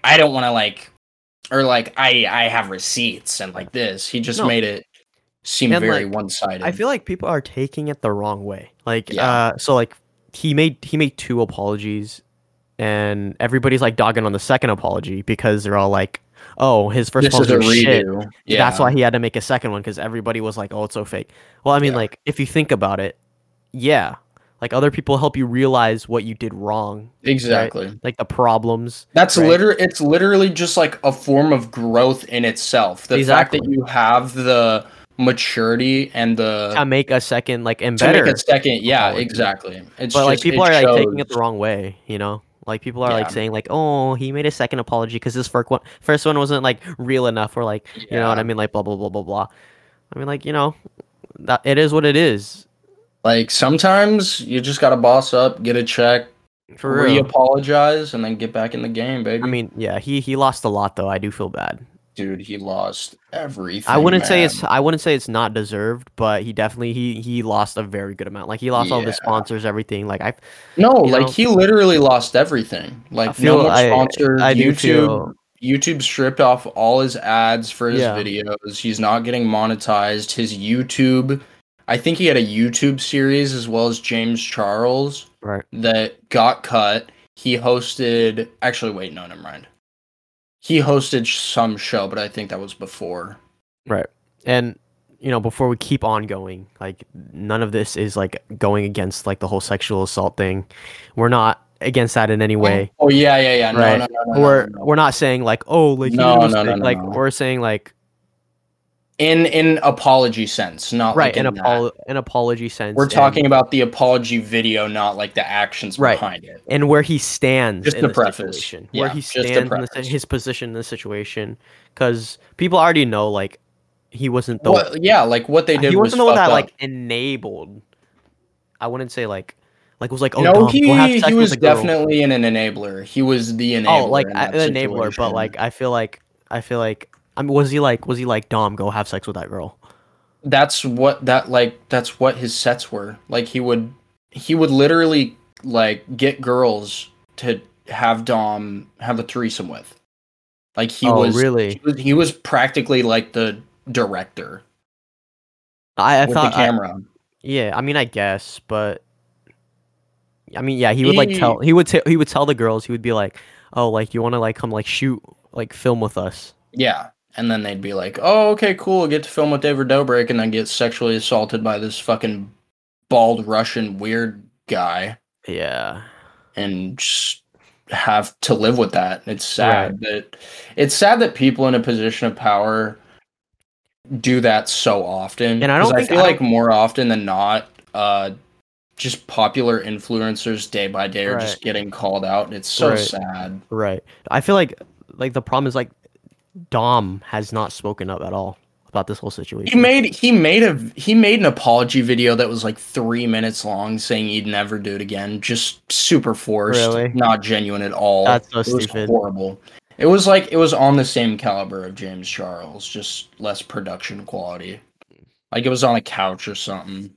B: I don't want to like or like I I have receipts and like this. He just
A: No.
B: made it seem
A: And,
B: very
A: like,
B: one-sided.
A: I feel like people are taking it the wrong way. Like,
B: Yeah.
A: uh, so like he made he made two apologies, and everybody's like dogging on the second apology because they're all like, "Oh, his first
B: this is
A: apology
B: a
A: was shit."
B: redo. Yeah.
A: That's why he had to make a second one because everybody was like, "Oh, it's so fake." Well, I mean,
B: Yeah.
A: like if you think about it, yeah, like other people help you realize what you did wrong,
B: Exactly.
A: like the problems.
B: That's
A: Right.
B: liter it's literally just like a form of growth in itself. The fact that
A: Exactly.
B: you have the maturity and the
A: to make a second like and
B: Uh, to
A: better,
B: make a second, yeah,
A: apology.
B: exactly. It's
A: but like
B: just-
A: people
B: it
A: are like
B: shows.
A: taking it the wrong way, you know. Like people are like
B: Yeah.
A: saying like, "Oh, he made a second apology because this first one, first one wasn't like real enough," or like, you know what
B: Yeah.
A: I mean? Like blah blah blah blah blah. I mean, like you know, that it is what it is.
B: Like sometimes you just gotta boss up, get a check,
A: For real.
B: Re-apologize and then get back in the game, baby.
A: I mean, yeah, he he lost a lot though. I do feel bad.
B: dude, he lost everything.
A: I wouldn't say it's
B: man.
A: I wouldn't say it's not deserved, but he definitely he he lost a very good amount. Like he lost all
B: Yeah.
A: the sponsors, everything. Like I
B: no,
A: you
B: like
A: know-
B: he literally lost everything. Like
A: feel-
B: no more
A: I-
B: sponsors.
A: I do
B: YouTube,
A: feel-
B: YouTube stripped off all his ads for his
A: Yeah.
B: videos. He's not getting monetized. His YouTube, I think he had a YouTube series as well as James Charles
A: right.
B: that got cut. He hosted. Actually, wait, no, never mind. He hosted some show, but I think that was before.
A: and you know before we keep on going like none of this is like going against like the whole sexual assault thing we're not against that in any way
B: Oh yeah, yeah, yeah. No,
A: Right.
B: no, no, no, no,
A: we're
B: no, no.
A: we're not saying like oh like you
B: No,
A: did a
B: no, no,
A: mistake.
B: no,
A: like
B: no.
A: we're saying like
B: in in apology sense, not
A: right
B: right.
A: an,
B: in apology,
A: apo- an apology sense
B: we're
A: and-
B: talking about the apology video, not like the actions
A: Right.
B: behind it.
A: and where he stands
B: Just
A: in
B: the
A: the
B: preface.
A: situation,
B: Yeah,
A: where he
B: just the
A: stands, in the, si-
B: preface.
A: his position in the situation, because people already know like he wasn't the
B: What- yeah, like what they did
A: he
B: was
A: wasn't the one
B: fucked
A: that
B: up.
A: like enabled. I wouldn't say like like was like oh
B: no,
A: Dom,
B: he,
A: go have sex
B: he
A: with
B: was
A: a girl."
B: definitely in an enabler. He was the enabler.
A: oh like
B: in
A: I-
B: that
A: an enabler, but
B: situation.
A: like I feel like I feel like I mean was he like was he like Dom go have sex with that girl?
B: that's what that like that's what his sets were like he would he would literally like get girls to have dom have a threesome with like he
A: oh
B: was
A: really?
B: he was he was practically like the director
A: I, I
B: with
A: thought
B: the
A: I-
B: camera
A: yeah. I mean I guess, but I mean yeah, he would like
B: He-
A: tell he would t- he would tell the girls he would be like oh like you want to like come like shoot like film with us.
B: yeah and then they'd be like oh okay cool get to film with david dobrik and then get sexually assaulted by this fucking bald russian weird guy
A: Yeah.
B: and just have to live with that. It's sad that it's sad that people in a position of power do that so often.
A: And I
B: 'cause
A: don't think-
B: feel
A: I
B: like more often than not, uh, just popular influencers day by day are just
A: Right.
B: getting called out, and it's so
A: Right.
B: sad.
A: Right. I feel like like the problem is like Dom has not spoken up at all about this whole
B: He
A: situation.
B: made he made a he made an apology video that was like three minutes long, saying he'd never do it again. Just super forced,
A: Really?
B: not genuine at all.
A: That's so
B: it was
A: stupid.
B: horrible. It was like it was on the same caliber of James Charles, just less production quality. Like it was on a couch or something.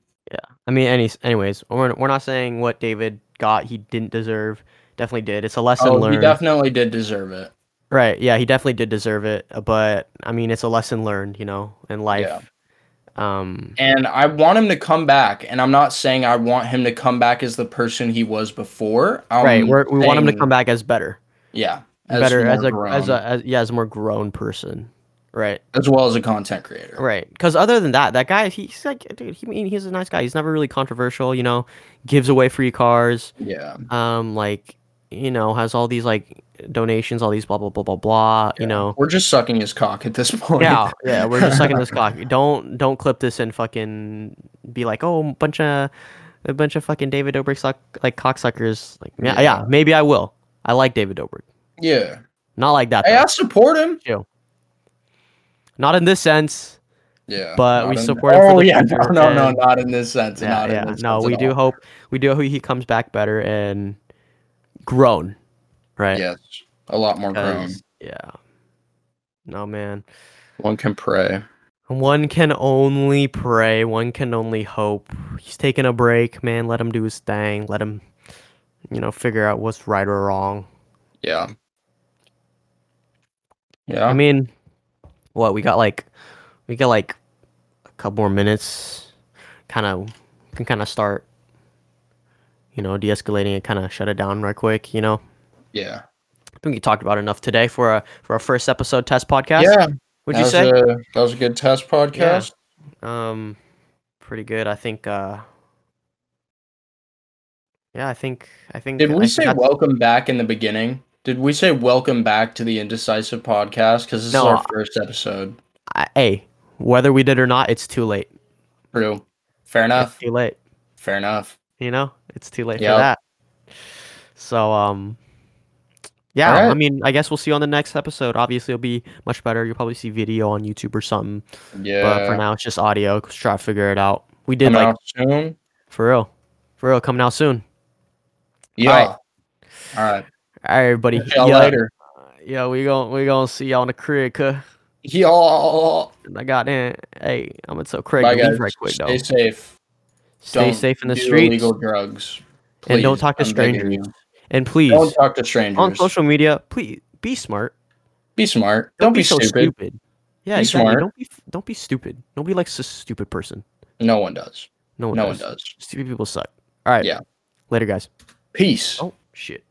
A: I mean, any anyways, we're we're not saying what David got he didn't deserve. Definitely did. It's a lesson
B: Oh, he
A: learned.
B: definitely did deserve it.
A: right. Yeah, he definitely did deserve it, but I mean, it's a lesson learned, you know, in life.
B: Yeah.
A: Um
B: And I want him to come back. And I'm not saying I want him to come back as the person he was before. i
A: right, we're, we want him to come back as better.
B: Yeah,
A: better
B: more
A: as a as
B: grown,
A: a as, yeah, as a more grown person. Right.
B: as well as a content creator.
A: Right. Because other than that, that guy, he's like, dude, he, I mean, he's a nice guy. He's never really controversial, you know, gives away free cars,
B: Yeah.
A: um, like, you know, has all these like donations, all these blah, blah, blah, blah, blah, you know.
B: We're just sucking his cock at this *laughs* point.
A: Yeah, *laughs* yeah, we're just sucking this cock. Don't don't clip this and fucking be like, oh, bunch of a bunch of fucking David Dobrik suck like cocksuckers. Like, yeah, yeah,
B: Yeah.
A: maybe I will. I like David Dobrik.
B: *laughs* yeah.
A: Not like that.
B: Hey,
A: though.
B: I support him.
A: Not in this sense.
B: Yeah.
A: But
B: not
A: we
B: in-
A: support him for
B: Oh
A: the
B: yeah.
A: future,
B: No, no, no,
A: and-
B: not in this sense.
A: yeah,
B: not
A: yeah.
B: in this
A: no,
B: sense
A: we
B: at
A: do
B: all.
A: hope we do hope he comes back better and grown, right?
B: Yes. A lot more grown.
A: 'Cause- yeah. No man,
B: One can pray.
A: one can only pray. One can only hope. He's taking a break, man. Let him do his thing. Let him, you know, figure out what's right or wrong.
B: Yeah. Yeah.
A: I mean, what we got like, we got like a couple more minutes. Kind of can kind of start, you know, de-escalating and kind of shut it down right quick. You know.
B: yeah.
A: I think we talked about enough today for a for our first episode test podcast.
B: yeah.
A: would
B: that
A: you
B: was
A: say?
B: A, that was a good test podcast.
A: Um, pretty good. I think. uh Yeah, I think. I think.
B: Did
A: I
B: we
A: think
B: say
A: that's-
B: welcome back in the beginning? Did we say welcome back to the indecisive podcast? Because this
A: No,
B: is
A: I-
B: our first episode.
A: I- hey, whether we did or not, it's too late.
B: True. Fair enough.
A: It's too late.
B: Fair enough.
A: You know, it's too late
B: Yep.
A: for that. So um. Yeah, I
B: Alright.
A: mean, I guess we'll see you on the next episode. Obviously, it'll be much better. You'll probably see video on YouTube or something.
B: Yeah.
A: But for now, it's just audio. Let's try to figure it out. We did
B: Coming
A: like
B: out soon.
A: for real, for real, coming out soon.
B: Yeah.
A: Alright.
B: All right.
A: All right, everybody.
B: Catch y'all
A: yeah,
B: later.
A: Yeah, we gon' we gonna see y'all in the crib, cuh.
B: Y'all.
A: And I got in. Hey, I'm gonna tell Craig
B: Bye,
A: to leave
B: guys.
A: right quick,
B: Stay
A: though.
B: safe.
A: Stay
B: Don't
A: safe in the
B: do
A: streets,
B: Illegal drugs.
A: and don't
B: Please,
A: talk to
B: I'm begging
A: strangers.
B: you.
A: And please,
B: Don't talk to strangers.
A: on social media, please be smart.
B: be smart. Don't, be,
A: so
B: stupid.
A: Yeah,
B: Be
A: exactly.
B: smart.
A: Don't be don't be stupid. Nobody likes a stupid person.
B: No one does.
A: No one
B: No
A: does.
B: one does.
A: Stupid people suck. All right.
B: Yeah.
A: Later, guys.
B: Peace.
A: Oh shit.